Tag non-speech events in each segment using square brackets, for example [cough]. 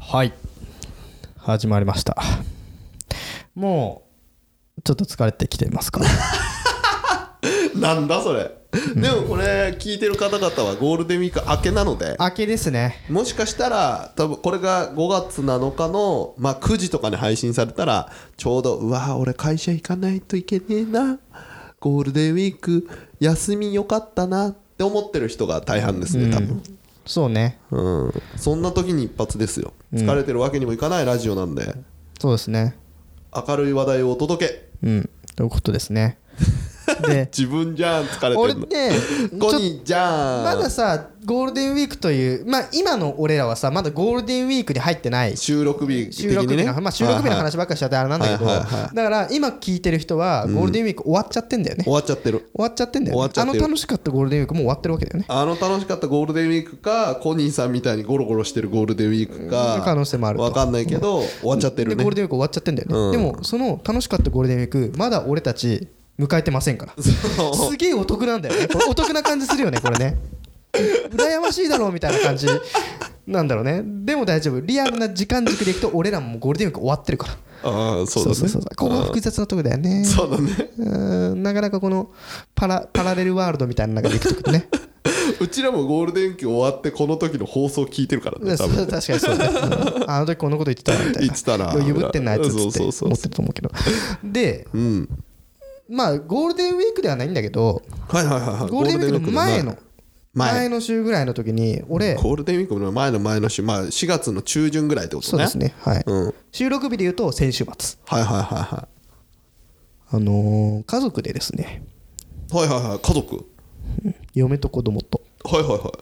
はい始まりましたもうちょっと疲れてきてますかなんだそれでもこれ聞いてる方々はゴールデンウィーク明けなので明けですねもしかしたら多分これが5月7日の、まあ、9時とかに配信されたらちょうどうわー俺会社行かないといけねえなゴールデンウィーク休みよかったなって思ってる人が大半ですね多分、そうねうんそんな時に一発ですよ疲れてるわけにもいかないラジオなんでそうですね明るい話題をお届けうんということですねで自分じゃん [laughs] 疲れて俺るのねゴニーじゃんまださゴールデンウィークというまあ今の俺らはさまだゴールデンウィークに入ってない収録日的収録に日ねの、まあ、収録日のはいはい話ばっかりしちゃってあれなんだけど、はいはいはだから今聞いてる人はゴールデンウィーク終わっちゃってんだよね、終わっちゃってる終わっちゃってんだよ、終わねっ、ちゃあってのる楽しかったゴールデンウィークもう終わってるわけだよねあの楽しかったゴールデンウィークかコニーさんみたいにゴロゴロしてるゴールデンウィークか可能性もあるとわかんないけど終わっちゃってるでねゴールデンウィーク終わっちゃってんだよね、うんでもその楽しかったゴールデンウィークまだ俺たち迎えてませんからそうすげえお得なんだ [laughs] よねこれお得な感じするよねこれね羨ましいだろうみたいな感じなんだろうねでも大丈夫リアルな時間軸でいくと俺らもゴールデンウィーク終わってるからああそうだねそうそうそうここが複雑なとこだよねそうだねうーんなかなかこのパラパラレルワールドみたいな中でいくとねうちらもゴールデンウィーク終わってこの時の放送聞いてるからうんね [laughs] 多そう分確かにそうだね、うんあの時こんなこと言ってたなみたいな言ってたな湯ぶってんなあいつっつってそうそうそう思ってると思うけどでうんまあゴールデンウィークではないんだけどはいはいはいはいゴールデンウィークの前の前前の週ぐらいの時に俺ゴールデンウィークの前の前の週まあ4月の中旬ぐらいってことねそうですねはいうんはい収録日で言うと先週末はいはいはあのー家族でですねいはいはいはい家族嫁と子供とはいはいは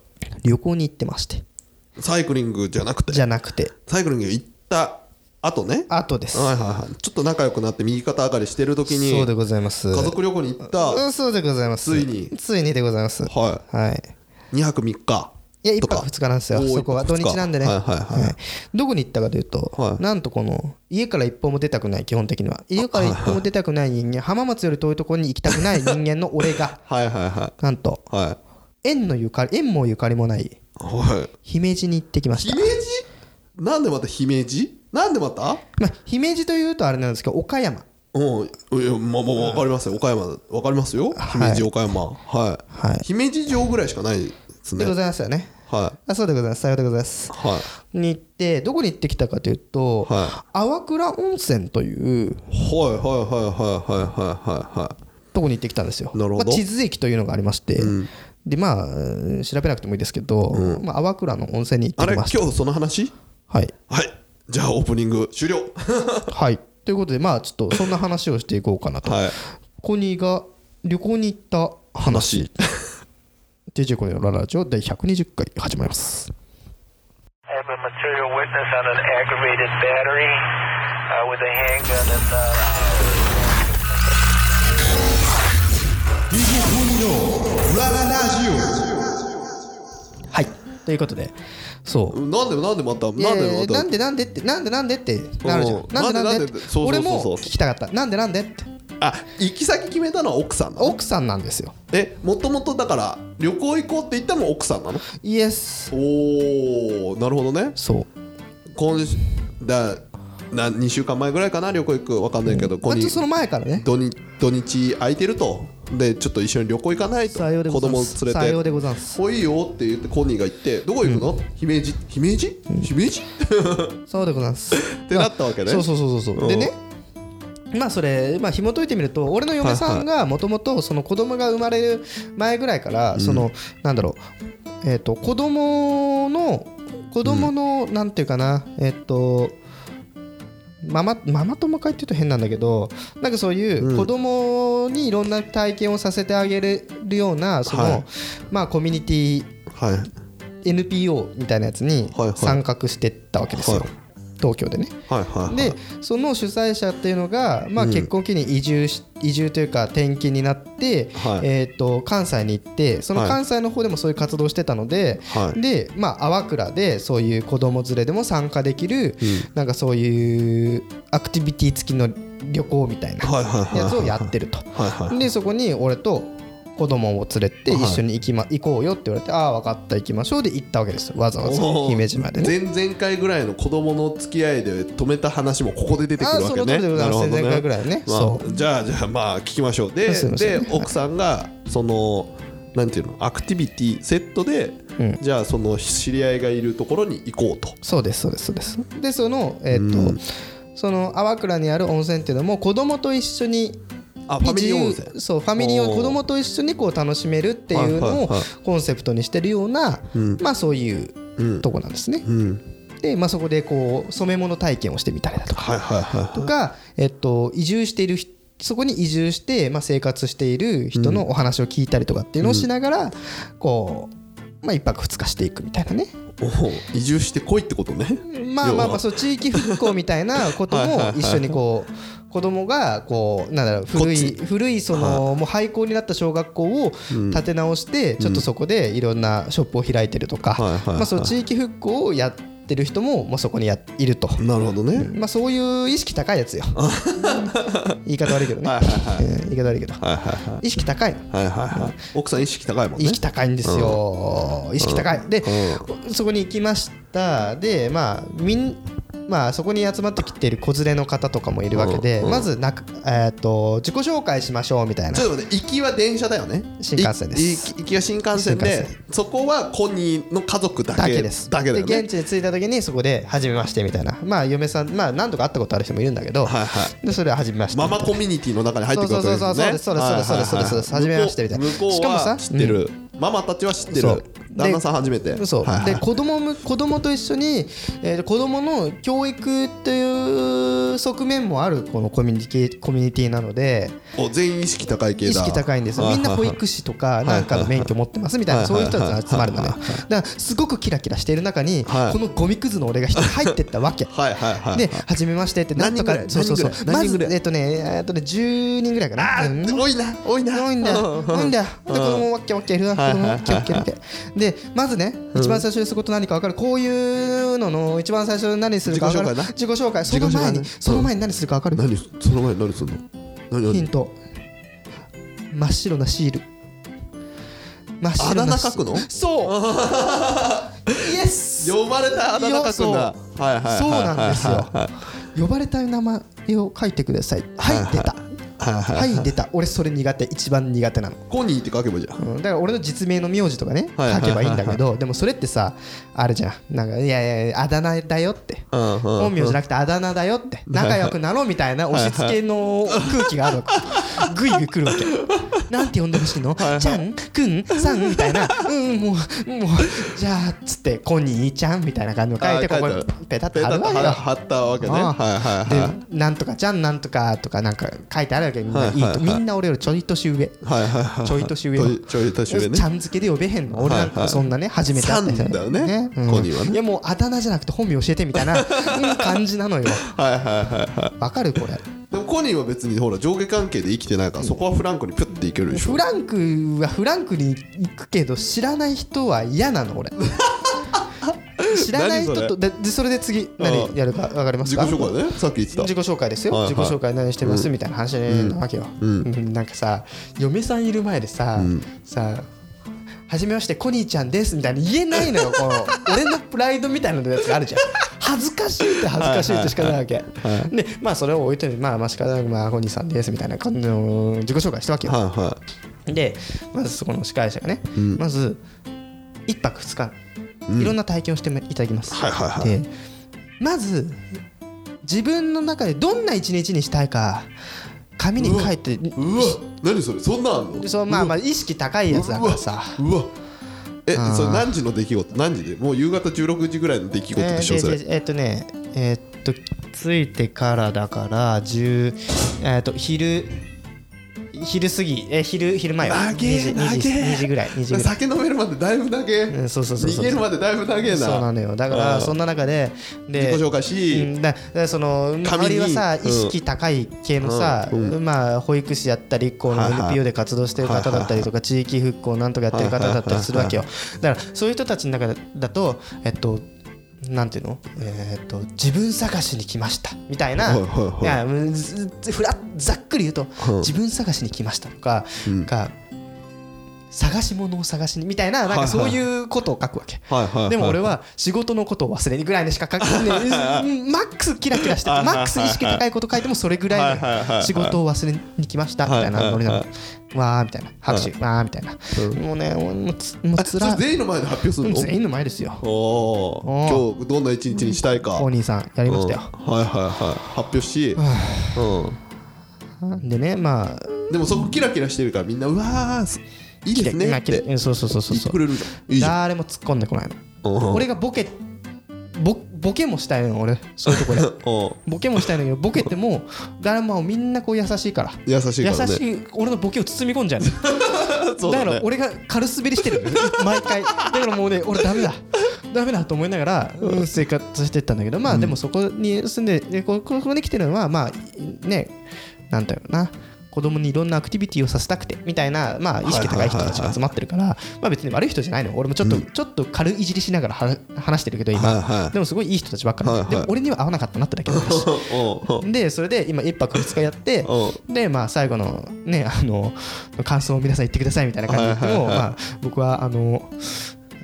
旅行に行ってましていサイクリングじゃなくてじゃなくてサイクリング行った後ねあとですはいはいはいちょっと仲良くなって右肩上がりしてる時にそうで家ございます族旅行に行ったはうんそうでございますついについにでございますはいい2泊3日いや1とか泊2日なんですよおーそこは一泊土二日日なんでねはいはいはいどこに行ったかというと、はいなんとこの家から一歩も出たくない基本的には家から一歩も出たくない人間浜松より遠いところに行きたくない人間の俺がはいはいはなんといはい縁のゆかり縁もゆかりもないはい姫路に行ってきました姫路なんでまた姫路なんでまたまあ、姫路というとあれなんですけど岡山うんいやまあまあわかりますよ岡山わかりますよはい姫路岡山はい、はい姫路城ぐらいしかないですでごねはいざいますよねはあそうでございますさようでございますいに行ってどこに行ってきたかというと、は淡倉温泉というはいはいはいはいはいはいはとこに行ってきたんですよ。なるほどまあ、地図駅というのがありまして、でまあうん調べなくてもいいですけど、まあ、淡倉の温泉に行いあってきれま今した。日その話はい、はいじゃあオープニング終了はい、ということでまあちょっとそんな話をしていこうかなと。はいコニーが旅行に行った話 DJ コニーのララジオ第120回始まります。 I have a material witness on an aggravated battery uh, with a handgun and. Uh DJ コニーのラララジオはいということでそうなんでなんでまたなんいやいやいでまやたなんでなんでってなんでなんでってなるじゃんうんなんでなんなんでっでてなんでそうそうそうそう俺も聞きたかったなんでなんでってあ行き先決めたのは奥さんなの奥さんなんですよえもともとだから旅行行こうって言ったのも奥さんなのイエスおーなるほどねそう今週だな2週間前ぐらいかな旅行行くわかんないけど、こまこあちょっにとその前からね土日土日空いてるとでちょっと一緒に旅行行かないとさようでご子ざいま供す連さようでれてございます来いよって言ってコニーが言ってどこ行くの、姫路姫路、姫路そうでございますてなったわ [laughs] けねまあそうそうそうそうそううんでねまあそれまあ紐解いてみると俺の嫁さんがもともとその子供が生まれる前ぐらいからそのなんだろうえっと子供の子供のなんていうかなえっとママママ友会っていうと変なんだけどなんかそういう子供にいろんな体験をさせてあげれるようなその、はいまあコミュニティはい NPO みたいなやつにはいはい参画してったわけですよ、はい東京でね。はいはいはいでその主催者っていうのが、まあ、うん結婚を機に移住し、移住というか転勤になって、はいえー、と関西に行ってそのはい関西の方でもそういう活動をしてたので、はいで、まあ、淡倉でそういう子供連れでも参加できる、うんなんかそういうアクティビティ付きの旅行みたいなはいはいはいはいやつをやってると。はいはいでそこに俺と子供を連れて一緒に行き、ま行こうよって言われてああ分かった行きましょうで行ったわけですよわざわざおー姫路までね。前前々回ぐらいの子供の付き合いで止めた話もここで出てくるわけあーそねの通りでございますなるほど前ね々回ぐらいねまあそじゃあじゃあまあ聞きましょうですいませでん奥さんがそのなんていうのアクティビティセットで、うんじゃあその知り合いがいるところに行こうとそうですそうですそうですでそのえっ、と、その粟倉にある温泉っていうのも子供と一緒にあファミリー温自泉由そうファミリーをおー子供と一緒にこう楽しめるっていうのはいをはいはいコンセプトにしてるような、んまあそういううとこなんですね、うんで、まあ、そこでこう染め物体験をしてみたりだとか、はいはいはいとか、えっと、移住している人そこに移住して、まあ、生活している人のお話を聞いたりとかっていうのをしながら、こう、まあ、1泊2日していくみたいなねおお移住してこいってことねまあまあまあそそう地域復興みたいなことはいはいもはい一緒にこう子供がこうなんだろう古い古いそのもう廃校になった小学校を建て直してちょっとそこでいろんなショップを開いてるとかはいはいはいまあそう地域復興をやってる人もまあそこにやいるとなるほどね、まあそういう意識高いやつよ言い方悪いけどねはいはいえー言い方悪いけどはいはいはい意識高いのはいはいはい奥さん意識高いもんね意識高いんですよ、意識高いで、そこに行きましたでまあみんまあそこに集まってきている子連れの方とかもいるわけで、うんうんまずなく、えー、と自己紹介しましょうみたいなちょっと待って行きは電車だよね新幹線ですい行きは新幹線で新幹そこはコニーの家族だけだけですだけだよねで現地に着いた時にそこで「初めまして」みたいなまあ嫁さんまあ何度か会ったことある人もいるんだけど、はいはいでそれは初めましてみたマいなマコミュニティの中に入ってくるわけそうそうそうそうそうですそうですそうですそうですそうです初めましてみたいな向こうしかもはさ知ってるママたちは知ってそるう旦那さん初めてそう、はいはいで子供む子供と一緒に、えー子供の教育っていう側面もあるこのコミュニティコミュニティなのでお全員意識高い系だ意識高いんですよみんな保育士とかなんかの免許持ってますみたいはないそういう人たちが集まるのねだからすごくキラキラしている中にはいこのゴミくずの俺が一人入ってったわけ [laughs] はいはいはいはいで「初めまして」ってなんとか何人そぐらういそうそうま何人ずぐらい何人ぐらいえっとねえっとね10人ぐらいかなあうんー多いな多いな多いんだよ多いんだよで子供わっけわっけいるな子はい供はわいはいっけわっけわっけでまずね一番最初にすること何か分かるこういうのの一番最初に何するか分かる自自己紹介その自己紹前介ねにその前に何するか分かる何その前に何するの何何ヒント真っ白なシール真っあ白だな名シ書くールのそうイエス呼ばれたあだ名書くんだはいはいはいはいそうなんですよはい呼ばれた名前を書いてくださいはい出たはいはいはい出た俺それ苦手一番苦手なのコニーって書けばいいじゃんうんだから俺の実名の名字とかねはいは書いはいけばいいんだけどでもそれってさあるじゃんなんかいやいやいやあだ名だよってうんうん本名じゃなくてあだ名だよって仲良くなろうみたいな押し付けの空気があるわけグイグイ来るわけなんて呼んでほしいのちゃんくんさんみたいなうんもうもうじゃあつってコニーちゃんみたいな感じで書いてあここー書いにてあるペタッペとタ貼ッるとわけよ貼ったわけねはいああはいはいでなんとかちゃんなんとかとかなんか書いてあるわけみんはないいはいいはいとみんな俺よりちょい年上はいはいはい。ちょい年上のちょいちょい年上ねち。ゃん付けで呼べへんの俺なんはいはかいそんなね初めて会った人さんだよねうんコニーはねいやもうあだ名じゃなくて本名教えてみたいなうん感じなのよ [laughs] はいはいはいはわかるこれい。でもコニーは別にほら上下関係で生きてないからそこはフランクにプッていけるでしょ。フランクはフランクに行くけど知らない人は嫌なの [laughs] 俺知らない人とででそれで次何やるかわかります自己か紹介ね。さっき言ってた。自己紹介ですよ、はいはい自己紹介何してます、みたいな話なわけよ、うんうんなんかさ嫁さんいる前でさ、んさはじめましてコニーちゃんですみたいな言えない [laughs] のよこの俺のプライドみたいなやつがあるじゃん恥ずかしいって恥ずかしいってしかないわけ、でまあそれを置いといてまあまあ仕方なくまあコニーさんですみたいな感じの自己紹介したわけよ、はいはでまずそこの司会者がね、まず1泊2日いろんな体験をしていただきます、はいはいはいでまず自分の中でどんな一日にしたいか紙に書いてい。うわ、何それ。そんなんあんの。そうまあまあ意識高いやつだからさうわ。え、それ何時の出来事？何時で？もう夕方16時ぐらいの出来事えでしょーそでれ。でえーっとねえーっと着いてからだから10えーっと昼昼過ぎえー昼昼前よ投2時げ2時投げ2時ぐらい2時ぐらい酒飲めるまでだいぶ投げ。んそうそうそうそう逃げるまでだいぶ投げな。そうなのよだからうんそんな中でで自己紹介うし。んだだそのに周りはさうん意識高い系のさ、うんまあ、保育士やったりこのはいはい NPO で活動してる方だったりとか地域復興なんとかやってる方だったりするわけよだからそういう人たちの中だとえっとなんていうの、えーっと自分探しに来ましたみたいな、はいはいはいいやうんずずふらざっくり言うと、自分探しに来ましたとかが、探し物を探しにみたいななんかそういうことを書くわけ。はいはいはいでも俺は仕事のことを忘れにぐらいにしか書く、 [laughs] ね、マックスキラキラしててはいはマいはッいクス意識高いこと書いてもそれぐらいはいはいはいはのい仕事を忘れに来ましたみたいはいなはいはい俺なのわーみたいな拍手わーみたいなうんもうねもうもうつもうあつそられい全員の前で発表すうるんの全員の前ですよおおお今日どんな一日にしたいか公認さんやりましたようんはいはいはい発表し、うでねまあん、でもそこキラキラしてるからみんなうわーすいいですねっキラキてラそうそうそうそう言っそてうくれるじゃんいいじゃん誰も突っ込んでこないのうん俺がボケボボケもしたいの俺そういうとこ [laughs] でうんボケもしたいんだけどボケても誰もみんなこう優しいから優しいからね優しい俺のボケを包み込んじゃうの [laughs] そうだだ,、ね、から俺が軽滑りして [laughs] るのよ毎回だからもうね俺ダメだダメだと思いながら、うん、生活してったんだけどまあでもそこに住んででこここに来てるのはまあねなんだろうな子供にいろんなアクティビティをさせたくてみたいな、まあ、意識高い人たちが集まってるから、まあ、別に悪い人じゃないの俺もちょっと、ちょっと軽いじりしながらは話してるけど今、はいはいでもすごいいい人たちばっかり、はいはいでも俺には合わなかったなってだけの話 [laughs] うんうんでそれで今1泊2日やってうでまあ最後のねあの感想を皆さん言ってくださいみたいな感じで言っても、はいはいはいまあ、僕はあの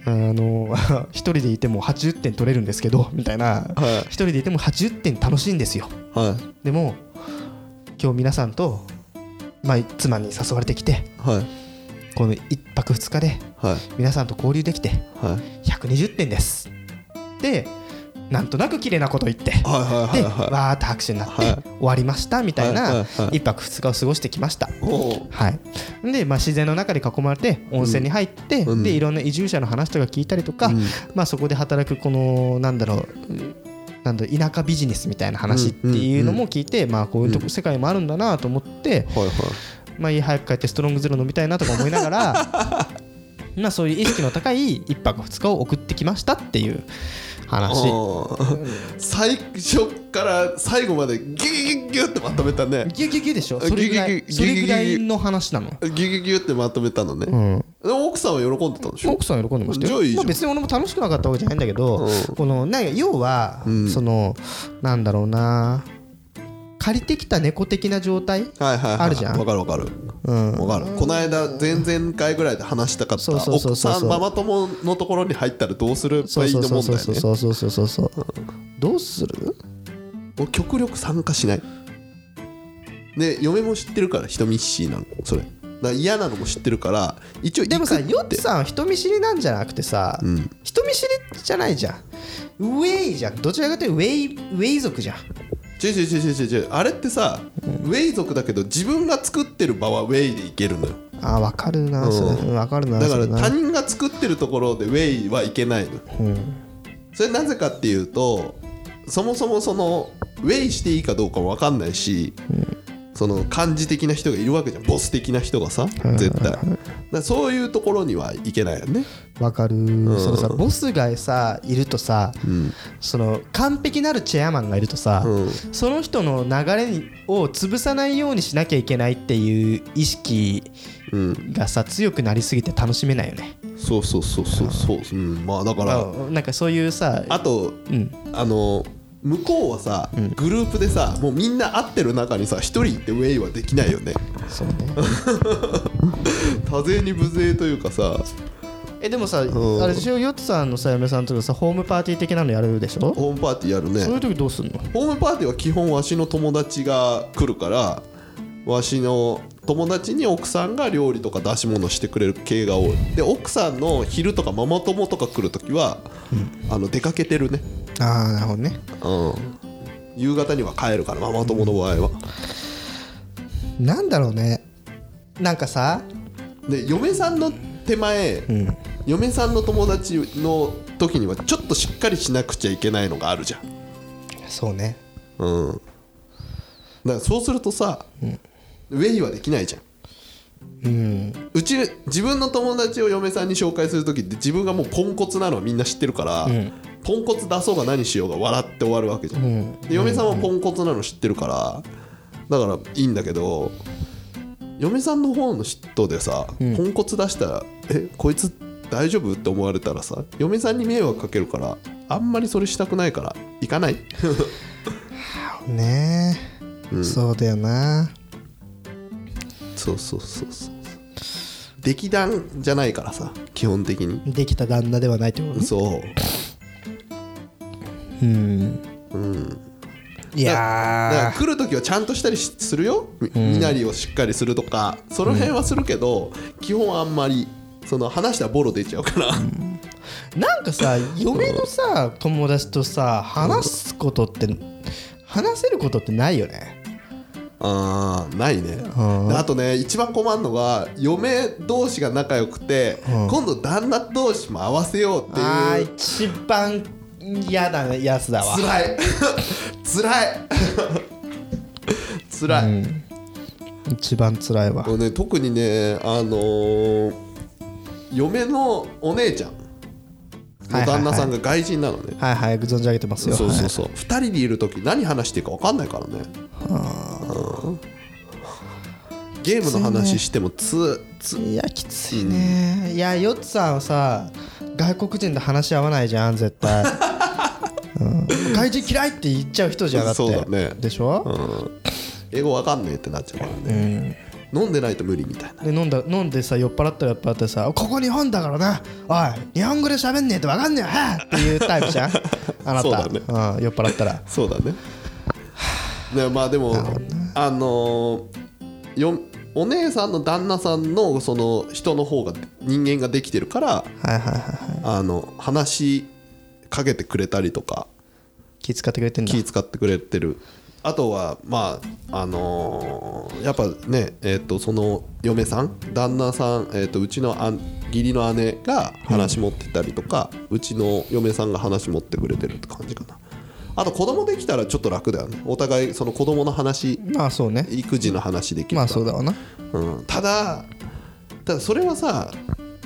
あの [laughs] 一人でいても80点取れるんですけどみたいな、はい一人でいても80点楽しいんですよはでも今日皆さんと、まあ、妻に誘われてきていはいこの1泊2日ではい皆さんと交流できてはいはい120点ですでなんとなく綺麗なこと言ってはいはで、いはいわーって拍手になって、はい終わりましたみたいはいはいなはい一泊二日を過ごしてきました。おうはい、で、まあ、自然の中に囲まれて温泉に入って、うんでいろんな移住者の話とか聞いたりとか、うんまあ、そこで働くこのなんだろううんなんだろう田舎ビジネスみたいな話っていうのも聞いて、まあ、こういうとこ世界もあるんだなと思って、はいはいまあ、家早く帰ってストロングゼロ飲みたいなとか思いなが [laughs] らまあそういう意識の高い一泊二日を送ってきましたっていう話。おう最初から最後までギュギュギュギュってまとめたねギュギュギュでしょそれぐらいギュギュギュそれぐらいの話なのギュギュギュってまとめたのね、んでも奥さんは喜んでたんでしょ奥さん喜んでましたよじゃあいいじゃんまあ別に俺も楽しくなかったわけじゃないんだけどうんこのなんか要はうんそのなんだろうな借りてきた猫的な状態はいはいはい、あるじゃんわかるわかるうんわかるこの間前々回ぐらいで話したかったそうそうそうそう奥さんママ友のところに入ったらどうするそういいそのうそう問そ題うねそうそうそうそうそうどうするもう極力参加しないで嫁も知ってるから人見知りなのそれだから嫌なのも知ってるから一応行くでもさってヨッツさんは人見知りなんじゃなくてさん人見知りじゃないじゃんウェイじゃんどちらかというとウェイウェイ族じゃん違う違う違う違う違うあれってさ、ウェイ族だけど自分が作ってる場はウェイで行けるのよあ分かるなそれうん分かるなだかそれらな他人が作ってるところでウェイは行けないのうんそれなぜかっていうとそもそもそのウェイしていいかどうかも分かんないし、その漢字的な人がいるわけじゃんボス的な人がさ絶対だからそういうところにはいけないよねわかる、そのさボスがさいるとさ、その完璧なるチェアマンがいるとさ、うんその人の流れにを潰さないようにしなきゃいけないっていう意識うんがさ強くなりすぎて楽しめないよね、そうそうそうそうそう、うん、まあだからなんかそういうさあと、んあの向こうはさ、グループでさもうみんな会ってる中にさ一人ってウェイはできないよねそうね多勢に無勢というかさえでもさ、んあれでしょヨッツさんのさ嫁さんとかさホームパーティー的なのやるでしょホームパーティーやるねそういう時どうすんのホームパーティーは基本わしの友達が来るからわしの友達に奥さんが料理とか出し物してくれる系が多いで奥さんの昼とかママ友とか来るときは、あの出かけてるね、ああなるほどねうん、夕方には帰るからママ友の場合は、なんだろうねなんかさで嫁さんの手前、嫁さんの友達の時にはちょっとしっかりしなくちゃいけないのがあるじゃんそうねうんだからそうするとさ、ウェイはできないじゃんうんうち自分の友達を嫁さんに紹介する時って自分がもうポンコツなのはみんな知ってるから、ポンコツ出そうが何しようが笑って終わるわけじゃん、んで嫁さんはポンコツなの知ってるからだからいいんだけど嫁さんの方の人でさ、ポンコツ出したら「えこいつ大丈夫?」って思われたらさ嫁さんに迷惑かけるからあんまりそれしたくないから行かないねえ、そうだよなそうそうそうそう劇団じゃないからさ基本的にできた旦那ではないってことねそううんいだからや来る時はちゃんとしたりしするよみ身なりをしっかりするとかその辺はするけど、基本あんまりその話したらボロ出ちゃうから、ーなんかさ嫁のさ友達とさ話すことって話せることってないよねあーないねうんであとね一番困るのが嫁同士が仲良くて、うん今度旦那同士も合わせようってあいーう一番嫌なやつだわつらいつらいつらい、一番つらいわもうね特にねあのー嫁のお姉ちゃんの旦那さんが外人なのね、はいはい存じ上げてますよそうそうそう2人でいる時何話していいか分かんないからねうんゲームの話してもつついやきついね、いやヨッツさんはさ外国人と話し合わないじゃん絶 [laughs] 対、うん、外人嫌いって言っちゃう人じゃなくてそうだねでしょ、英語分かんねえってなっちゃうからね、飲んでないと無理みたいなで飲んだ飲んでさ酔っ払ったら酔っ払ってさ「ここ日本だからなおい日本語で喋んねえと分かんねえよはあ!」っていうタイプじ [laughs] ゃんあなたそうだねうん、酔っ払ったらそうだねねまあでもあのーよお姉さんの旦那さんのその人の方が人間ができてるからはいはいはいはいあの話しかけてくれたりとか気使ってくれてんだ気使ってくれてるあとはまああのーやっぱねえっ、とその嫁さん旦那さん、えっとうちのあん義理の姉が話持ってたりとか、うちの嫁さんが話持ってくれてるって感じかなあと子供できたらちょっと楽だよねお互いその子供の話まあそうね育児の話できるからまあそうだわなうん、ただただそれはさ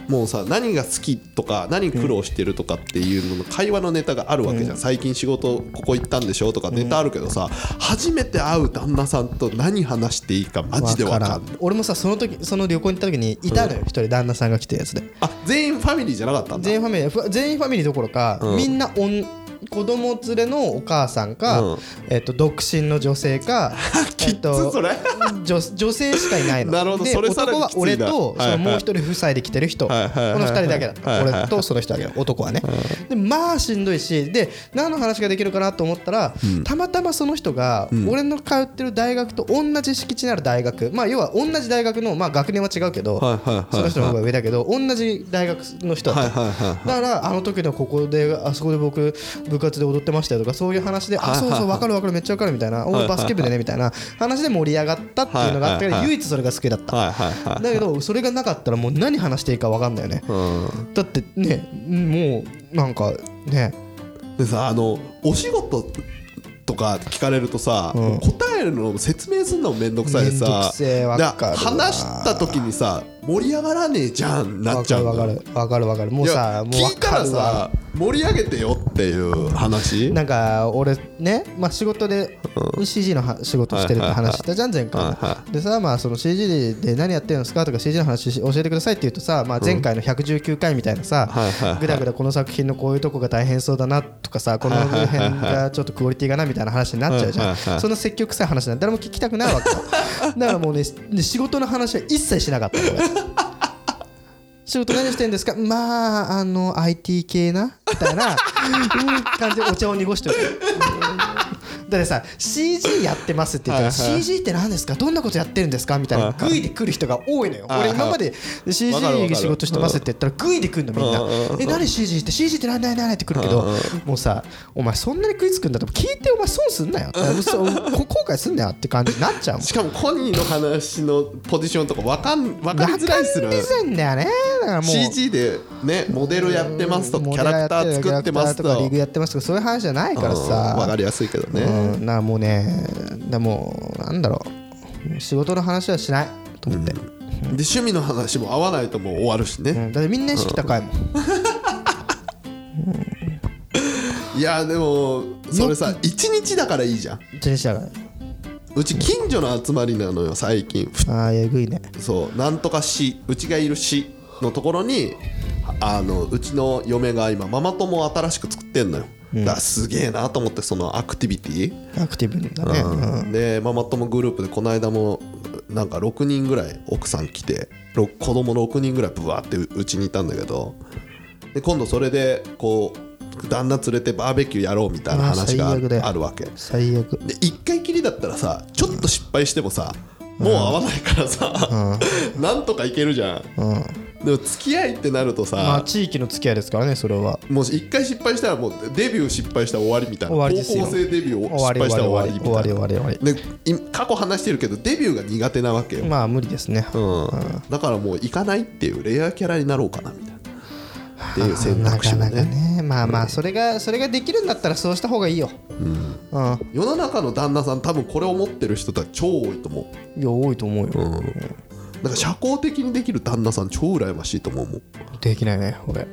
もうさ何が好きとか何苦労してるとかっていうのの会話のネタがあるわけじゃん、最近仕事ここ行ったんでしょとかネタあるけどさ、初めて会う旦那さんと何話していいかマジで分かんなわいら俺もさその時その旅行に行った時にいたのよ一、人旦那さんが来てるやつであ全員ファミリーじゃなかったんだ全員ファミリーふわ全員ファミリーどころか、うんみんなおん子供連れのお母さんか、うんえっと独身の女性か [laughs] きっつえっと [laughs] それ女女性しかいないのなるほどでそれさらに男は俺きついなとそはいはのいもう一人夫妻で来てる人、はいはいはいはいこの二人だけだった、はいはいはい俺とその人だけ男はね、でまあしんどいしで何の話ができるかなと思ったら、たまたまその人が俺の通ってる大学と同じ敷地にある大学まあ要は同じ大学の、まあ、学年は違うけど、はいはいはいはいその人の方が上だけど同じ大学の人だった、はいはいはいはいだからあの時のここであそこで僕部活で踊ってましたよとかそういう話で、はいあはいそはういそう分かる分かるめっちゃ分かるみたいな、はいおはいバスケ部でねみたいな話で盛り上がったっていうのがあったから、はいはいはい唯一それが好きだった、はいはいはいだけどそれがなかったらもう何話していいか分かんないよね、うだってねもうなんかねん、でさあのお仕事とか聞かれるとさ、うん答えるのも説明するのもめんどくさいしめんどさくせえわかるわだから話した時にさ盛り上がらねえじゃんなっ分ちかゃうるの分かる分かる分かるもういやさもう聞いたら分かるわさ盛り上げてよっていう話なんか俺ね、まあ、仕事で CG のは仕事してるって話したじゃん前は回いはでさまあその CG で何やってるんですかとか CG の話し教えてくださいって言うとさまあ前回の119回みたいなさはいはいはいぐだぐだこの作品のこういうとこが大変そうだなとかさこの辺がちょっとクオリティがなみたいな話になっちゃうじはいゃんはいはいそんな積極臭い話なんて誰も聞きたくない [laughs] わけよだからもうねね仕事の話は一切しなかったの俺仕事何してんですかまああの IT 系なみたいなうん感じでお茶を濁しておくだってさ CG やってますって言ったら CG って何ですかどんなことやってるんですかみたいなグイで来る人が多いのよはいは俺い今まで CG わかるわかる仕事してますって言ったらグイで来るのみんうんうんうなんえ何 CG って CG って何何何って来るけどもうさお前そんなに食いつくんだと聞いてお前損すんなよってそうこ後悔すんなよって感じになっ [laughs] ちゃうもんしかもコニーの話のポジションとか分かん分かりづらいっするわかりづらいんだよねだからもう CG でねモデルやってますとかモキデャラーやラクターる作ってますとキャラクターかとかリーグやってますとかそういう話じゃないからさ分かりやすいけどねうん、なもうねでもなんだろう仕事の話はしないと思って、で趣味の話も合わないともう終わるしねうんだってみんな意識高いもん、いやでもそれさ一日だからいいじゃん自転車がうち近所の集まりなのよ最近ふああえぐいねそうなんとか市うちがいる市のところにあのうちの嫁が今ママ友を新しく作ってんのよだからすげえなと思ってそのアクティビティ、アクティブだね、うんうんでママ友グループでこの間もなんか6人ぐらい奥さん来てろ子供6人ぐらいブワーってうちにいたんだけどで今度それでこう旦那連れてバーベキューやろうみたいな話があー最悪だよあるわけで最悪1回きりだったらさちょっと失敗してもさ、もう合わないからさ、なんとかいけるじゃん、うんでも付き合いってなるとさ、まあ地域の付き合いですからねそれはもう一回失敗したらもうデビュー失敗したら終わりみたいな終わりですよ高校生デビューを終わ失り敗したら終わ終りみたいなわり終わり終わり終わりでい過去話してるけどデビューが苦手なわけよ、まあ無理ですね、うんだからもう行かないっていうレアキャラになろうかなみたいなっていう選な択肢かもなかねねまあまあそれがそれができるんだったらそうした方がいいようん、世の中の旦那さん多分これ思ってる人たち超多いと思いや多いと思うよ、う、うん、なんか社交的にできる旦那さん超羨ましいと思うもんできないね俺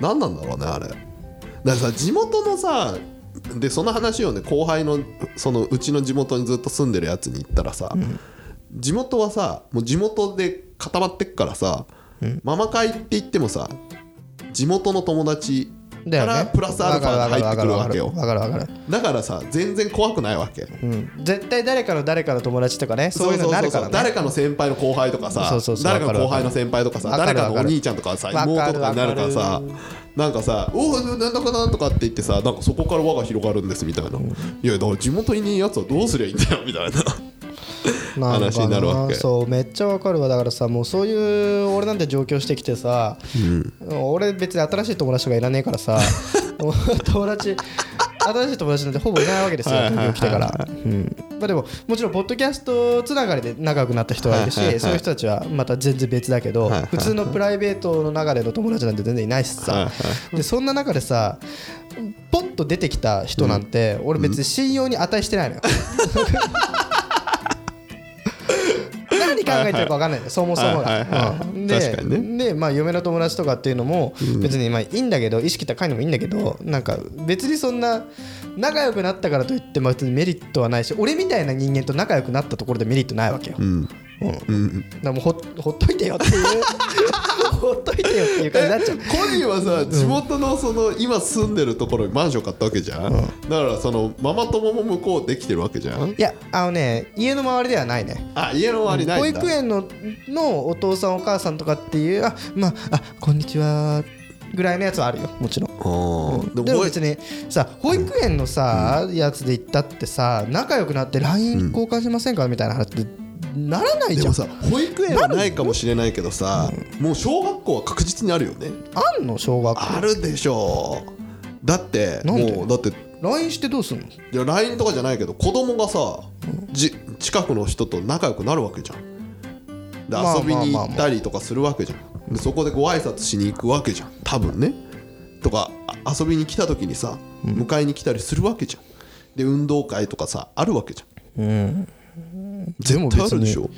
何なんだろうねあれだからさ地元のさでその話をね後輩のそのうちの地元にずっと住んでるやつに言ったらさ、地元はさもう地元で固まってっからさ、ママ会って言ってもさ地元の友達だかよらねプラスアルファで入ってくるわけよ分かる分かる分かるだからさ全然怖くないわけうん絶対誰かの誰かの友達とかねそういうのになるからそうそうそう誰ねかの先輩の後輩とかさそうそうそう誰かわかるの後輩の先輩とかさわかる誰かわのおかる兄ちゃんとかさわかる妹とかになるからわさかるなんかさ「おおなんとかなんとか」って言ってさなんかそこから輪が広がるんですみたいな、いやだから地元にいねえやつはどうすりゃいいんだよみたい [laughs] なんか話になるわけそうめっちゃ分かるわだからさもうそういう俺なんて上京してきてさ、俺別に新しい友達とかいらねえからさ [laughs] もう友達新しい友達なんてほぼいないわけですよはいはいはい東京来てから、うんまあ、でももちろんポッドキャストつながりで仲良くなった人はいるし、はいはいはいそういう人たちはまた全然別だけど、はいはいはい普通のプライベートの中での友達なんて全然いないしさ、はいはでそんな中でさポッと出てきた人なんて、俺別に信用に値してないのよ、何考えてるか分かんないんだよそもそもはいはいがはいうん確かにねでまあ嫁の友達とかっていうのも別にまあいいんだけど意識高いのもいいんだけどなんか別にそんな仲良くなったからといってまあ別にメリットはないし俺みたいな人間と仲良くなったところでメリットないわけよ、ううんんだかうんらもうほほっといてよっていう [laughs] ほっといてよっていう感じになっちゃうコニーはさ地元のその今住んでるところにマンション買ったわけじゃん、だからそのママ友も向こうできてるわけじゃんいやあのね家の周りではないねあ家の周りない保んだ育園ののお父さんお母さんとかっていうあまああこんにちはぐらいのやつはあるよもちろんあーでも別にさ保育園のさ、やつで行ったってさ仲良くなって LINE 交換しませんかみたいな話ってならないでじゃんもさ保育園はないかもしれないけどさ、もう小学校は確実にあるよねあんの小学あ校るでしょうだってなんでもうだって LINE してどうすんのいや LINE とかじゃないけど子供がさ、じ近くの人と仲良くなるわけじゃんでまあ遊びに行ったりとかするわけじゃんでそこでご挨拶しに行くわけじゃん多分ねとかあ遊びに来た時にさ迎えに来たりするわけじゃんで運動会とかさあるわけじゃもん絶対あ別るにでしょ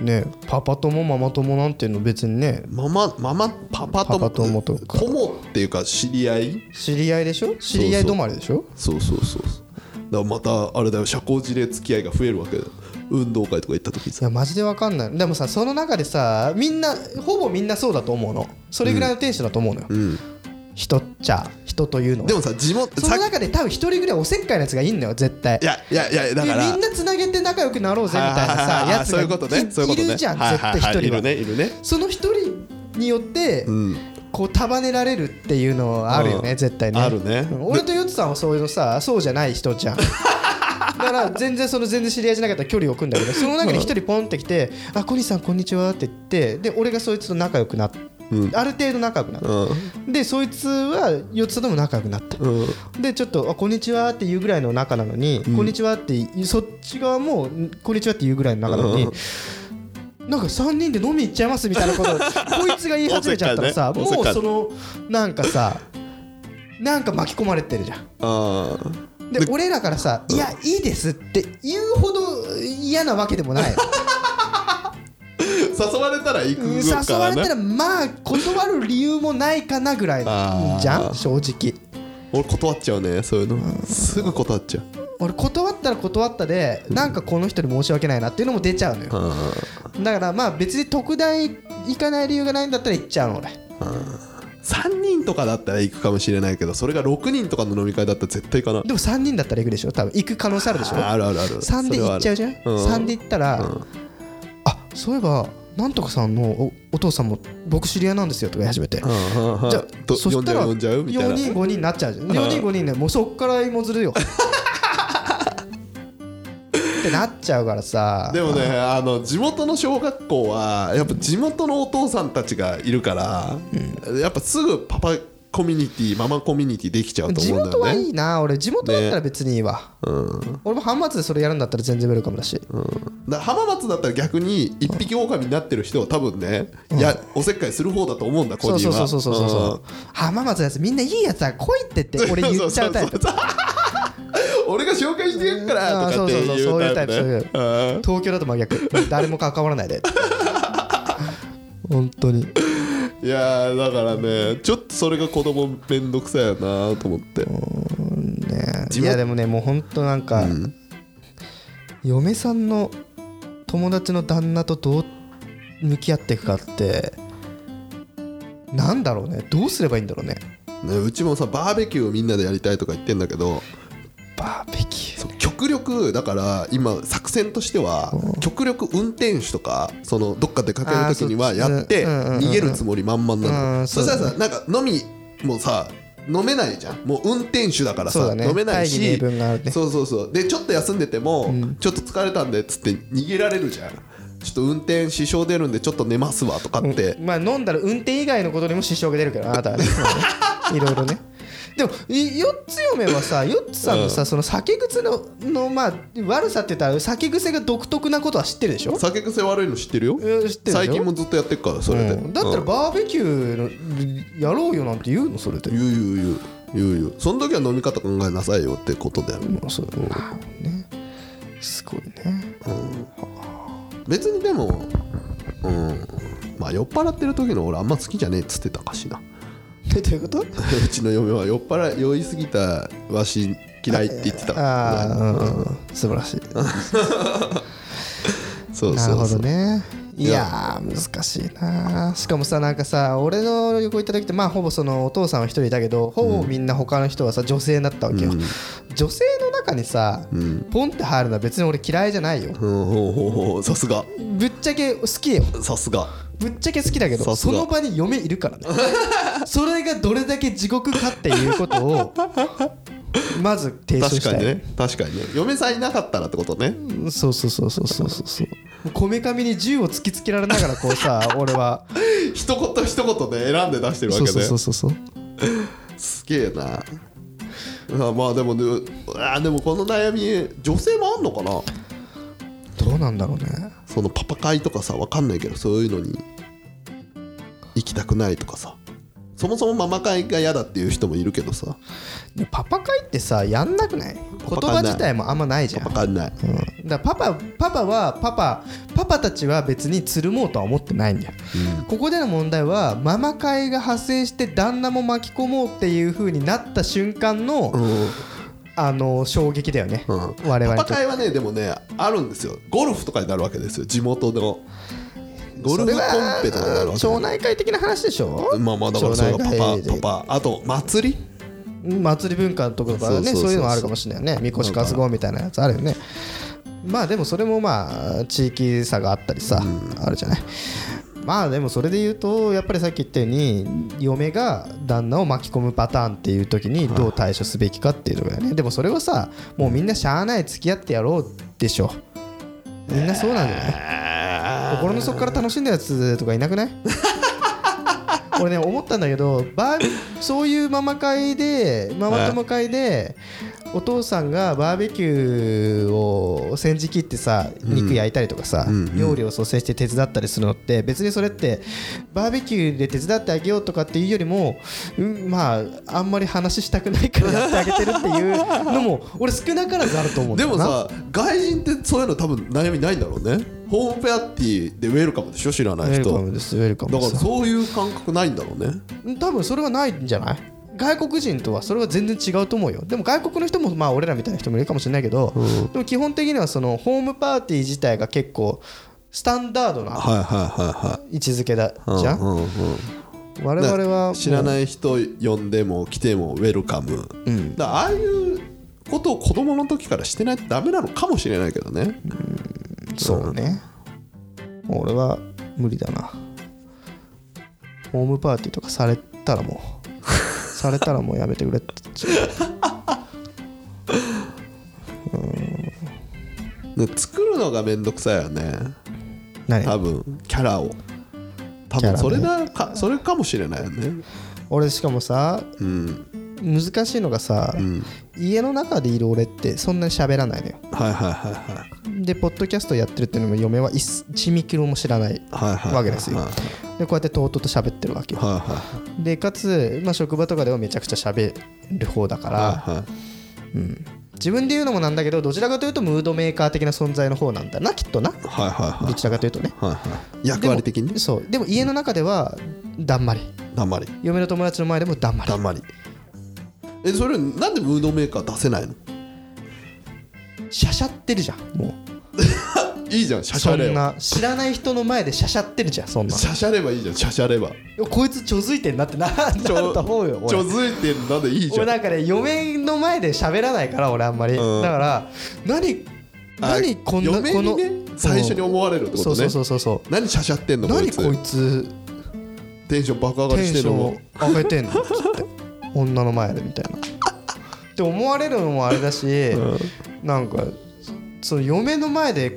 ねえパパ友ママ友なんていうの別にねママママパパとパパ友とか友っていうか知り合い知り合いでしょ知り合い止まりでしょそうそうそうそうだからまたあれだよ社交辞令付き合いが増えるわけだよ運動会とか行った時いさやマジでわかんないでもさその中でさみんなほぼみんなそうだと思うのそれぐらいのテンションだと思うのよ、ん人っちゃ人というのはでもさ地元そのさ中で多分一人ぐらいおせっかいなやつがいんのよ絶対いやいやいやだでからみんなつなげて仲良くなろうぜみたいなはさははやつそうがいうことねいそういうことねいるじゃんはい絶はい対一はいい人るねはいるねその一人によってんこう束ねられるっていうのはあるようねん絶対ねあるねうん俺とヨッツさんはそういうのさそうじゃない人 [laughs] じゃんだから全然その全然知り合いじゃなかったら距離を置くんだけどその中に一人ポンってきて「あ小西さんこんにちは」って言ってで俺がそいつと仲良くなっうんある程度仲良くなったでそいつはヨッツさんとも仲良くなったうんうんでちょっと「あこんにちは」って言うぐらいの仲なのに「こんにちは」っていそっち側もん「こんにちは」って言うぐらいの仲なのに、なんか3人で飲み行っちゃいますみたいな [laughs] ことをこいつが言い始めちゃったらさ、おせっかいねもおうせっかいそのなんかさなんか巻き込まれてるじゃん。あーで俺らからさ「いやいいです」って言うほど嫌なわけでもない誘われたら行うんくか誘わられねたらまあ断る理由もないかなぐらいあーじゃん正直。俺断っちゃうねそういうのすぐ断っちゃう俺断ったら断ったでなんかこの人に申し訳ないなっていうのも出ちゃうのよあだからまあ別に特大行かない理由がないんだったら行っちゃうの俺ーあー3人とかだったら行くかもしれないけどそれが6人とかの飲み会だったら絶対行かないでも3人だったら行くでしょ多分行く可能性あるでしょああるあるある3で行っちゃうじゃん、それはある3で行ったら、うんあそういえばなんとかさんのおお父さんも僕知り合いなんですよとか言い始めて、うんじゃあとそ呼しんたじゃらう呼4んじゃうみ人たいな5人になっちゃうじゃん4人5人ねもうそっから芋づるよ [laughs] ってなっちゃうからさでもねあの地元の小学校はやっぱ地元のお父さんたちがいるから、やっぱすぐパパコミュニティママコミュニティできちゃうと地思うんだ元よはねいいな俺地元だったら別にいいわ、俺も浜松でそれやるんだったら全然ウェルカムだし、だ浜松だったら逆に一匹狼になってる人は多分ね、いやおせっかいする方だと思うんだ個そう人そうはそうそうそうそうそう浜松のやつみんないいやつだ来いってって俺言っちゃうタイプそうそうそう俺が紹介してやるからとかってうんそうそうそうそういいううタタイイププそねういううん東京だと真逆誰も関わらないで本当にいやーだからねちょっとそれが子供めんどくさいよなと思ってね地い元やでもねもう本当なんか、嫁さんの友達の旦那とどう向き合っていくかってなんだろうねどうすればいいんだろうねね、うちもさバーベキューをみんなでやりたいとか言ってんだけどバーベキュそう極力だから今作戦としては極力運転手とかそのどっか出かける時にはあーやそってうんうんうんうん逃げるつもり満々なうのんそしたらさなんか飲みもさ飲めないじゃんもう運転手だからそうさ、だね飲めない大し義名分があるねそうそうそうでちょっと休んでても、ちょっと疲れたんでっつって逃げられるじゃんちょっと運転支障出るんでちょっと寝ますわとかって、ーまあ飲んだら運転以外のことにも支障が出るけどあなた [laughs] はねいろいろねでもいよっつ嫁はさよっつさんのさ、その酒癖のの、まあ、悪さって言ったら酒癖が独特なことは知ってるでしょ酒癖悪いの知ってるよえ知ってるでしょ最近もずっとやってっからそれで、うんだったらバーベキューのやろうよなんて言うのそれで言う言う言う言う言うその時は飲み方考えなさいよってことだよ、まあそうだねすごいね別にでもうんまあ酔っ払ってる時の俺あんま好きじゃねえっつってたかしな [laughs] えどういうことうちの嫁は酔っ払い酔いすぎたわし嫌いって言ってたああうんうん素晴らしいそうなるそうほそどう、ねいややー難しいなしかもさなんかさ俺の旅行行った時ってまあほぼそのお父さんは一人いたけどほぼみんな他の人はさ女性だったわけよ、女性の中にさ、ポンって入るのは別に俺嫌いじゃないようん、ほうほうほうさすがぶっちゃけ好きよさすがぶっちゃけ好きだけさすがどその場に嫁いる [laughs] からねそれがどれだけ地獄かっていうことをまず提唱確したかいにね確かにね嫁さんいなかったらってことねうんそうそうそうそうそうそうそうもうこめかみに銃を突きつけられながらこうさ俺 [laughs] は一言一言で選んで出してるわそけうでそうそうそうそうすげえなあまあでもねあでもこの悩み女性もあんのかなどうなんだろうねそのパパ会とかさわかんないけどそういうのに行きたくないとかさそもそもママ会が嫌だっていう人もいるけどさでパパ会ってさやんなくない言パ会な葉い自体もあんまないじゃんわかんないうんだからパパパパはパパパパたちは別につるもうとは思ってないんだよ、ここでの問題はママ会が派生して旦那も巻き込もうっていう風になった瞬間の、うん、あの衝撃だよね、うん、我々パにとパって会はねでもねあるんですよゴルフとかになるわけですよ地元のゴルフコンペとかになるわけそれは町内会的な話でしょまあまあだからそれが町内会でパパパパあと祭り祭り文化のところとかそうそうねそうそうそういうのはあるかもしれないよねみこし担ごうみたいなやつあるよねまあでもそれもまあ地域差があったりさ、あるじゃないまあでもそれで言うとやっぱりさっき言ったように嫁が旦那を巻き込むパターンっていう時にどう対処すべきかっていうところだよねでもそれはさもうみんなしゃあない付き合ってやろうでしょみんなそうなんじゃない心の底から楽しんだやつとかいなく [laughs] ない俺ね思ったんだけどバーそういうママ会でママ友会でお父さんがバーベキューを煎じ切ってさ肉焼いたりとかさ、料理を蘇生して手伝ったりするのって別にそれってバーベキューで手伝ってあげようとかっていうよりも、うん、まああんまり話したくないからやってあげてるっていうのも俺少なからずあると思うんだでよなもさ外人ってそういうの多分悩みないんだろうねホームペアティーでウェルカムでしょ知らウないェル人カムですウェルカムだでからすそういう感覚ないんだろうね多分それはないんじゃない外国人とはそれは全然違うと思うよでも外国の人もまあ俺らみたいな人もいるかもしれないけど、でも基本的にはそのホームパーティー自体が結構スタンダードなはいはいはいはい位置づけだじゃん、うんうん我々はもう知らない人呼んでも来てもウェルカム、んだからああいうことを子供の時からしてないとダメなのかもしれないけどね、そうね俺は無理だなホームパーティーとかされたらも [laughs] うされたらもうやめてくれってで作るのがめんどくさいよね何多分キャラを多キャラね分それだか、それかもしれないよね俺しかもさうん難しいのがさ、うん家の中でいる俺ってそんなに喋らないのよはいはいはいはいでポッドキャストやってるっていうのも嫁は1ミキロも知らないはいはいわけですよはいでこうやってとうとうと喋ってるわけよはいはでかつ、まあ、職場とかではめちゃくちゃ喋る方だかいら、はいはい自分で言うのもなんだけどどちらかというとムードメーカー的な存在の方なんだなきっとなはいはいはどいちらかというとねはいはい役割的にねそうでも家の中ではだんまり黙り嫁の友達の前でもだんまり黙りえそれなんでムードメーカー出せないのしゃしゃってるじゃんもういいじゃんしゃしそゃれんなば知らない人の前でしゃしゃってるじゃんそ [laughs] んなしゃしゃればいいじゃんしゃしゃればこいつちょづいてんなってななるちょと思うよちょ俺づいてるなんでいいじゃ俺んなんかね嫁の前で喋らないから俺あんまり、んだから何あ何こんな嫁このにね最初に思われるってことそうねそうそうそうそう何しゃしゃってんのこ何いつこいつテンション爆上がテりンしシてるョのンも上げてんのっつって [laughs] 女の前でみたいなって思われるのもあれだし、なんかその嫁の前で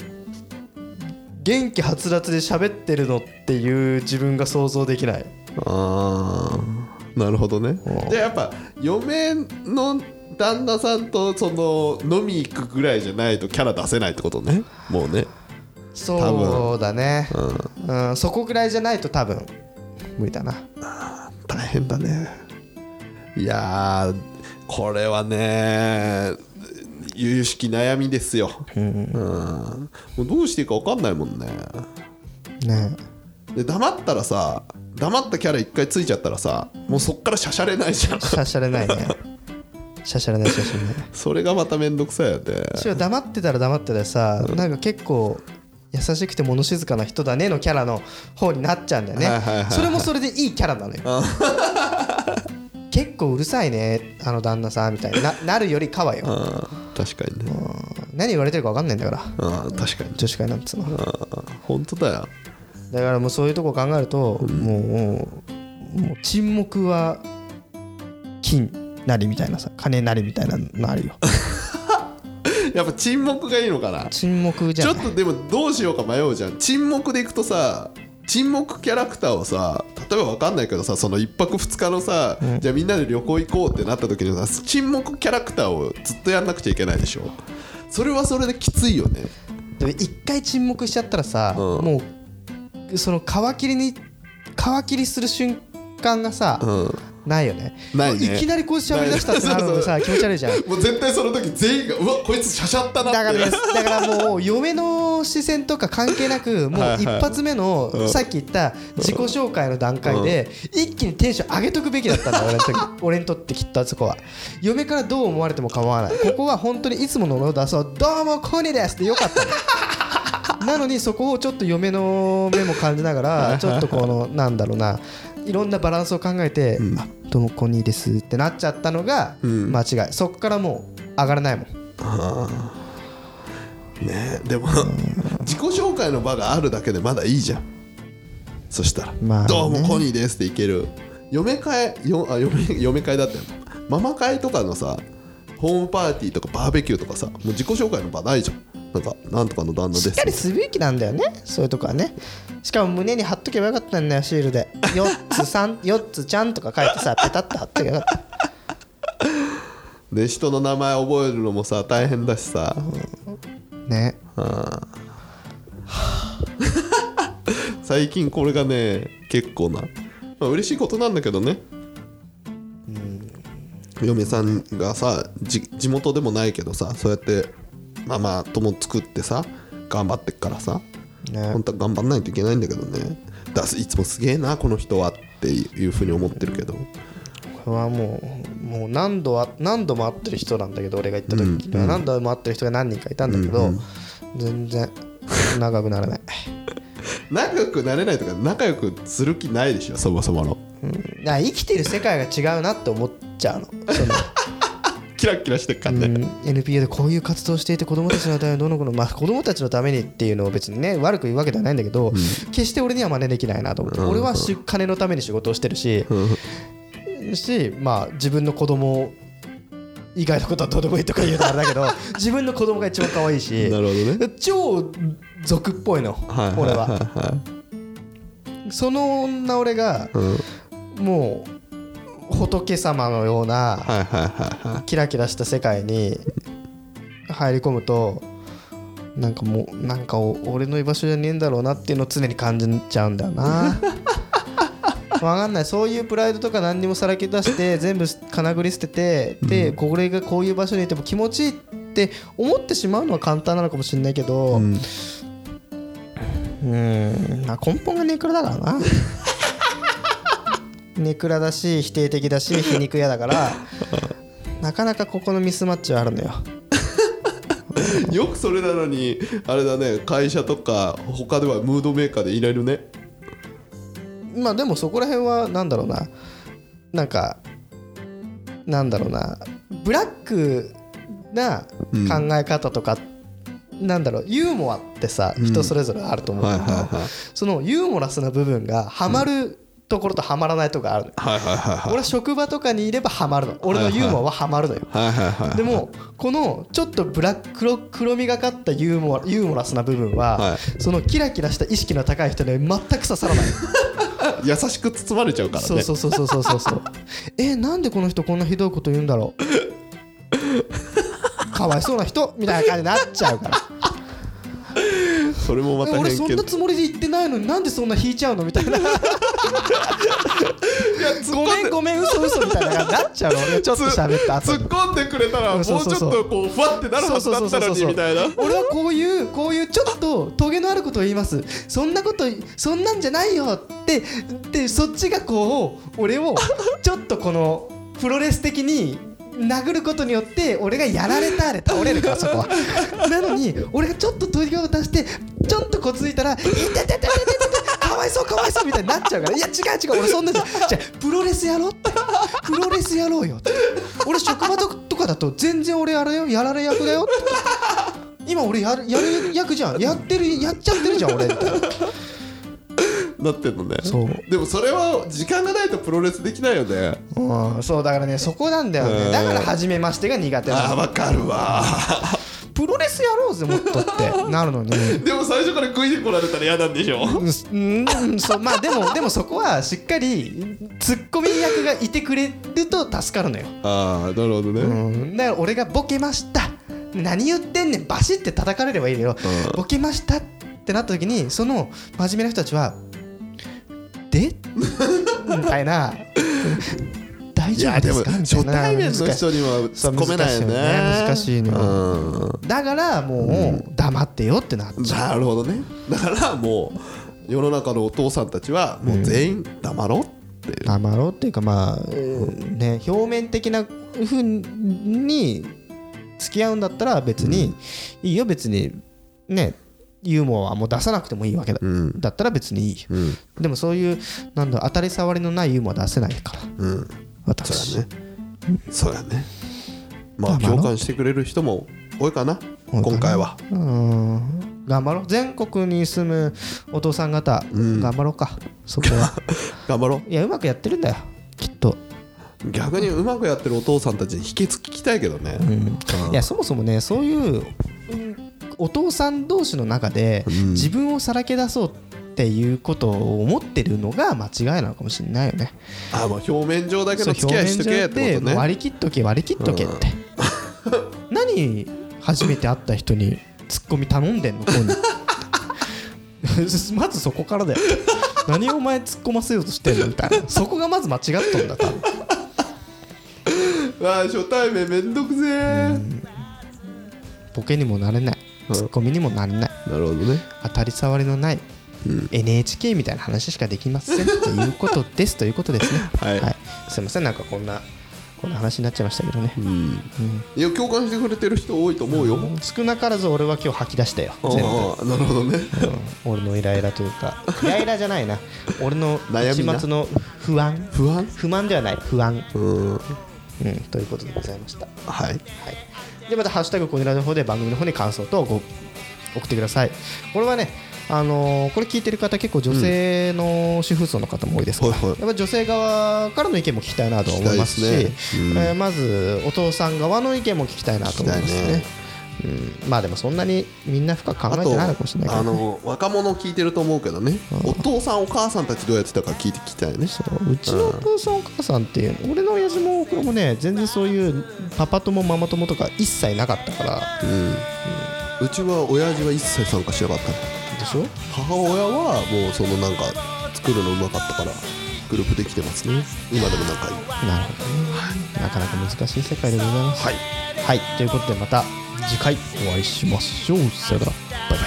元気はつらつで喋ってるのっていう自分が想像できないああなるほどねうんじゃあやっぱ嫁の旦那さんとその飲み行くぐらいじゃないとキャラ出せないってことねもうねそうだね、うんそこぐらいじゃないと多分無理だな大変だねいやーこれはね由々しき悩みですよ、うん、もうどうしていいか分かんないもんねねで黙ったらさ黙ったキャラ一回ついちゃったらさもうそっからしゃしゃれないじゃん [laughs] しゃしゃれないねしゃしゃれないしゃしゃれないそれがまためんどくさいよね私は黙ってたら黙ってたらさ、なんか結構優しくて物静かな人だねのキャラの方になっちゃうんだよね、はいはいはいはいそれもそれでいいキャラなのよ結構うるさいねあの旦那さんみたいにななるよりかはよ、あ確かにね何言われてるか分かんないんだからあ確かに女子会なんつうのあ本当だよだからもうそういうとこ考えると、もうもうもう沈黙は金なりみたいなさ金なりみたいなのあるよやっぱ沈黙がいいのかな沈黙じちゃょんっとでもどうしようか迷うじゃん沈黙でいくとさ沈黙キャラクターをさ例えば分かんないけどさその1泊2日のさ、じゃあみんなで旅行行こうってなった時にさ沈黙キャラクターをずっとやんなくちゃいけないでしょそれはそれできついよねでも一回沈黙しちゃったらさ、うんもうその皮切りに皮切りする瞬間がさ、うんないよねないねきなりこう喋り出したってなるのでさ [laughs] ない気持ち悪いじゃんもう絶対その時全員がうわこいつしゃしゃったなだっからてですだからもう嫁の視線とか関係なくもうはいはい一発目のさっき言った自己紹介の段階で一気にテンション上げとくべきだったん [laughs] だよ俺の時俺にとってきっとあそこは嫁からどう思われても構わないここは本当にいつもの俺を出そうどうもコニーですってよかったの [laughs] なのにそこをちょっと嫁の目も感じながらちょっとこのなんだろうないろんなバランスを考えて「あどうもコニーです」ってなっちゃったのがん間違いそこからもう上がらないもんねでも自己紹介の場があるだけでまだいいじゃんそしたら「まあねどうもコニーです」っていける嫁会よあ嫁嫁会だったよママ会とかのさホームパーティーとかバーベキューとかさもう自己紹介の場ないじゃんなんかなんとかの旦那ですしっかりすべきなんだよねそういうとこはねしかも胸に貼っとけばよかったんだよシールで4つ3 [laughs] 4つちゃんとか書いてさペタッと貼っとけばよかっで人の名前覚えるのもさ大変だしさたね最近これがね結構な、まあ嬉しいことなんだけどね、嫁さんがさじ地元でもないけどさそうやってまあまあ友作ってさ頑張ってっからさね本当は頑張んないといけないんだけどねだいつもすげえなこの人はっていうふうに思ってるけどこれはもうもう何度は何度も会ってる人なんだけど俺が行った時、何度も会ってる人が何人かいたんだけど、全然長くならない [laughs] 仲良くなれないとか仲良くする気ないでしょそもそものうんだから生きてる世界が違うなって思っちゃうのそのキラッキラしてっかんね、うん、NPO でこういう活動をしていて子どもたちのためにどうのこうの、まあ、子どもたちのためにっていうのを別にね悪く言うわけではないんだけど、決して俺には真似できないなと思って、俺はし金のために仕事をしてるし、し、まあ、自分の子供以外のことはどうでもいいとか言うとあれだけど [laughs] 自分の子供が一番可愛いしなるほどね超俗っぽいの、はいはい俺はは。いはいその女俺が、うんはいもう仏様のような、はいはいはいキラキラした世界に入り込むとなんかもうなんかお俺の居場所じゃねえんだろうなっていうのを常に感じちゃうんだよ [laughs] なわかんないそういうプライドとか何にもさらけ出して全部金繰り捨ててでこれがこういう場所にいても気持ちいいって思ってしまうのは簡単なのかもしれないけどうんんまあ根本がネクラだから [laughs] なネクラだし否定的だし皮肉屋だ [laughs] からなかなかここのミスマッチはあるのよ [laughs] よくそれなのにあれだね会社とか他ではムードメーカーでいられるねまあでもそこら辺はなんだろうななんかなんだろうなブラックな考え方とか、なんだろうユーモアってさ人それぞれあると思うんだけど、はいはいはいそのユーモラスな部分がハマるところとハマらないとこがあるのよ、はいはいはいはい俺は職場とかにいればハマるの俺のユーモアはハマるのよ、はいはいはいでもこのちょっとブラック黒黒みがかったユーモアユーモラスな部分は、はそのキラキラした意識の高い人には全く刺さらない [laughs] 優しく包まれちゃうからねそうそうそうそうそうそう [laughs] そうえなんでこの人こんなひどいこと言うんだ [laughs] ろうかわいそうな人みたいな感じになっちゃうからそれもまえた俺偏そん見なつもりで言ってないのになんでそんな引いちゃうのみたいな [laughs] ごめんごめん嘘嘘みたいな感じになっち [laughs] ゃうの俺がちょっと喋った後突にっ込んでくれたらうもんうちそょうっそうそうとこうふわってなるはずだったのにみたいな俺はこういうこういうちょっとトゲのあることを言いますそんなことそんなんじゃないよってでそっちがこう俺をちょっとこのプロレス的に殴ることによって俺がやられたで倒れるからそこはなのに俺がちょっとトゲを出してちょっとこついたら「いてててててててかわいそうかわいそう」みたいになっちゃうから「いや違う違う俺そんなんじゃじゃあプロレスやろう」ってプロレスやろうよって俺職場ととかだと全然俺あれよやられ役だよって今俺やるやる役じゃんやってるやっちゃってるじゃん俺みたいななってんのねそうでもそれは時間がないとプロレスできないよねうんそうだからねそこなんだようねんだから初めましてが苦手あなあのわかるわプロレスやろうぜもっとってなるのにでも最初から食いに来られたら嫌なんでしょうんすうんそうまあでもでもそこはしっかりツッコミ役がいてくれると助かるのよ、ああなるほどね、うん、だから俺がボケました何言ってんねんバシって叩かれればいいのよ、ボケましたってなった時にその真面目な人たちは「で? 」みたいな「大い丈や夫ででもすか?」みたい初な対面の人にはそ突うっ込めないよね難しいよね難しいのうんだからもう黙ってよってなっちゃなるほどねだからもう世の中のお父さんたちはもう全員黙ろうっていう、う黙ろうっていうかまあ、ね表面的なふうに付き合うんだったら別に、いいよ別にねユーモアはもう出さなくてもいいわけだ,、んだったら別にいいよ、んでもそういうなんだろう当たり障りのないユーモア出せないからうん、私そうやねそうやねまあ黙ろう共感してくれる人も多いかな多いかな今回はうん頑張ろう全国に住むお父さん方、頑張ろうかそこ [laughs] は頑張ろいやうまくやってるんだよきっと、う逆にうまくやってるお父さんたちに秘訣聞きたいけどね、いやそもそもねそういう、うんお父さん同士の中で、自分をさらけ出そうっていうことを思ってるのが間違いなのかもしれないよねああまあ表面上だけそのう付き合いしとけっ表面て上ことでね割り切っとけ割り切っとけって、何初めて会った人にツッコミ頼んでんのこに [laughs] まずそこからだよ何をお前突っ込ませようとしてんのみたいなそこがまず間違っとんだ多分ああ初対面めんどくせえボケにもなれないツッコミにもなれないなるほどね当たり障りのない NHK みたいな話しかできませんということですということですね [laughs] はいすいませんなんかこんなこんな話になっちゃいましたけどね、いや共感してくれてる人多いと思うよ少なからず俺は今日吐き出したよあ全部あなるほどねうん俺のイライラという [laughs] かイライラじゃないな俺の悩一みな末の不安不安不満ではない不安、ううんん、ということでございました、ははいい、でまた「ハッシュタグコニラ」の方で番組の方に感想とご送ってくださいこれはねあのーこれ聞いてる方結構女性の主婦層の方も多いですから、はいはいやっぱ女性側からの意見も聞きたいなと思いますし聞きたいですねうんえーまずお父さん側の意見も聞きたいなと思いますね聞うきん、まあでもそんなにみんな深く考あえてとないのかもしれないけどあねの若者聞いてると思うけどねお父さんお母さんたちどうやってたか聞いてきたよねそううちのお父さんお母さんっていう俺の親父もおふくろもね全然そういうパパ友ママ友とか一切なかったからうちは親父は一切参加しなかったでしょ母親はもうそのなんか作るのうまかったからグループできてますね今でも仲いいなるほどねなかなか難しい世界でございますはいはいということでまた次回お会いしましょうさよならバイバイ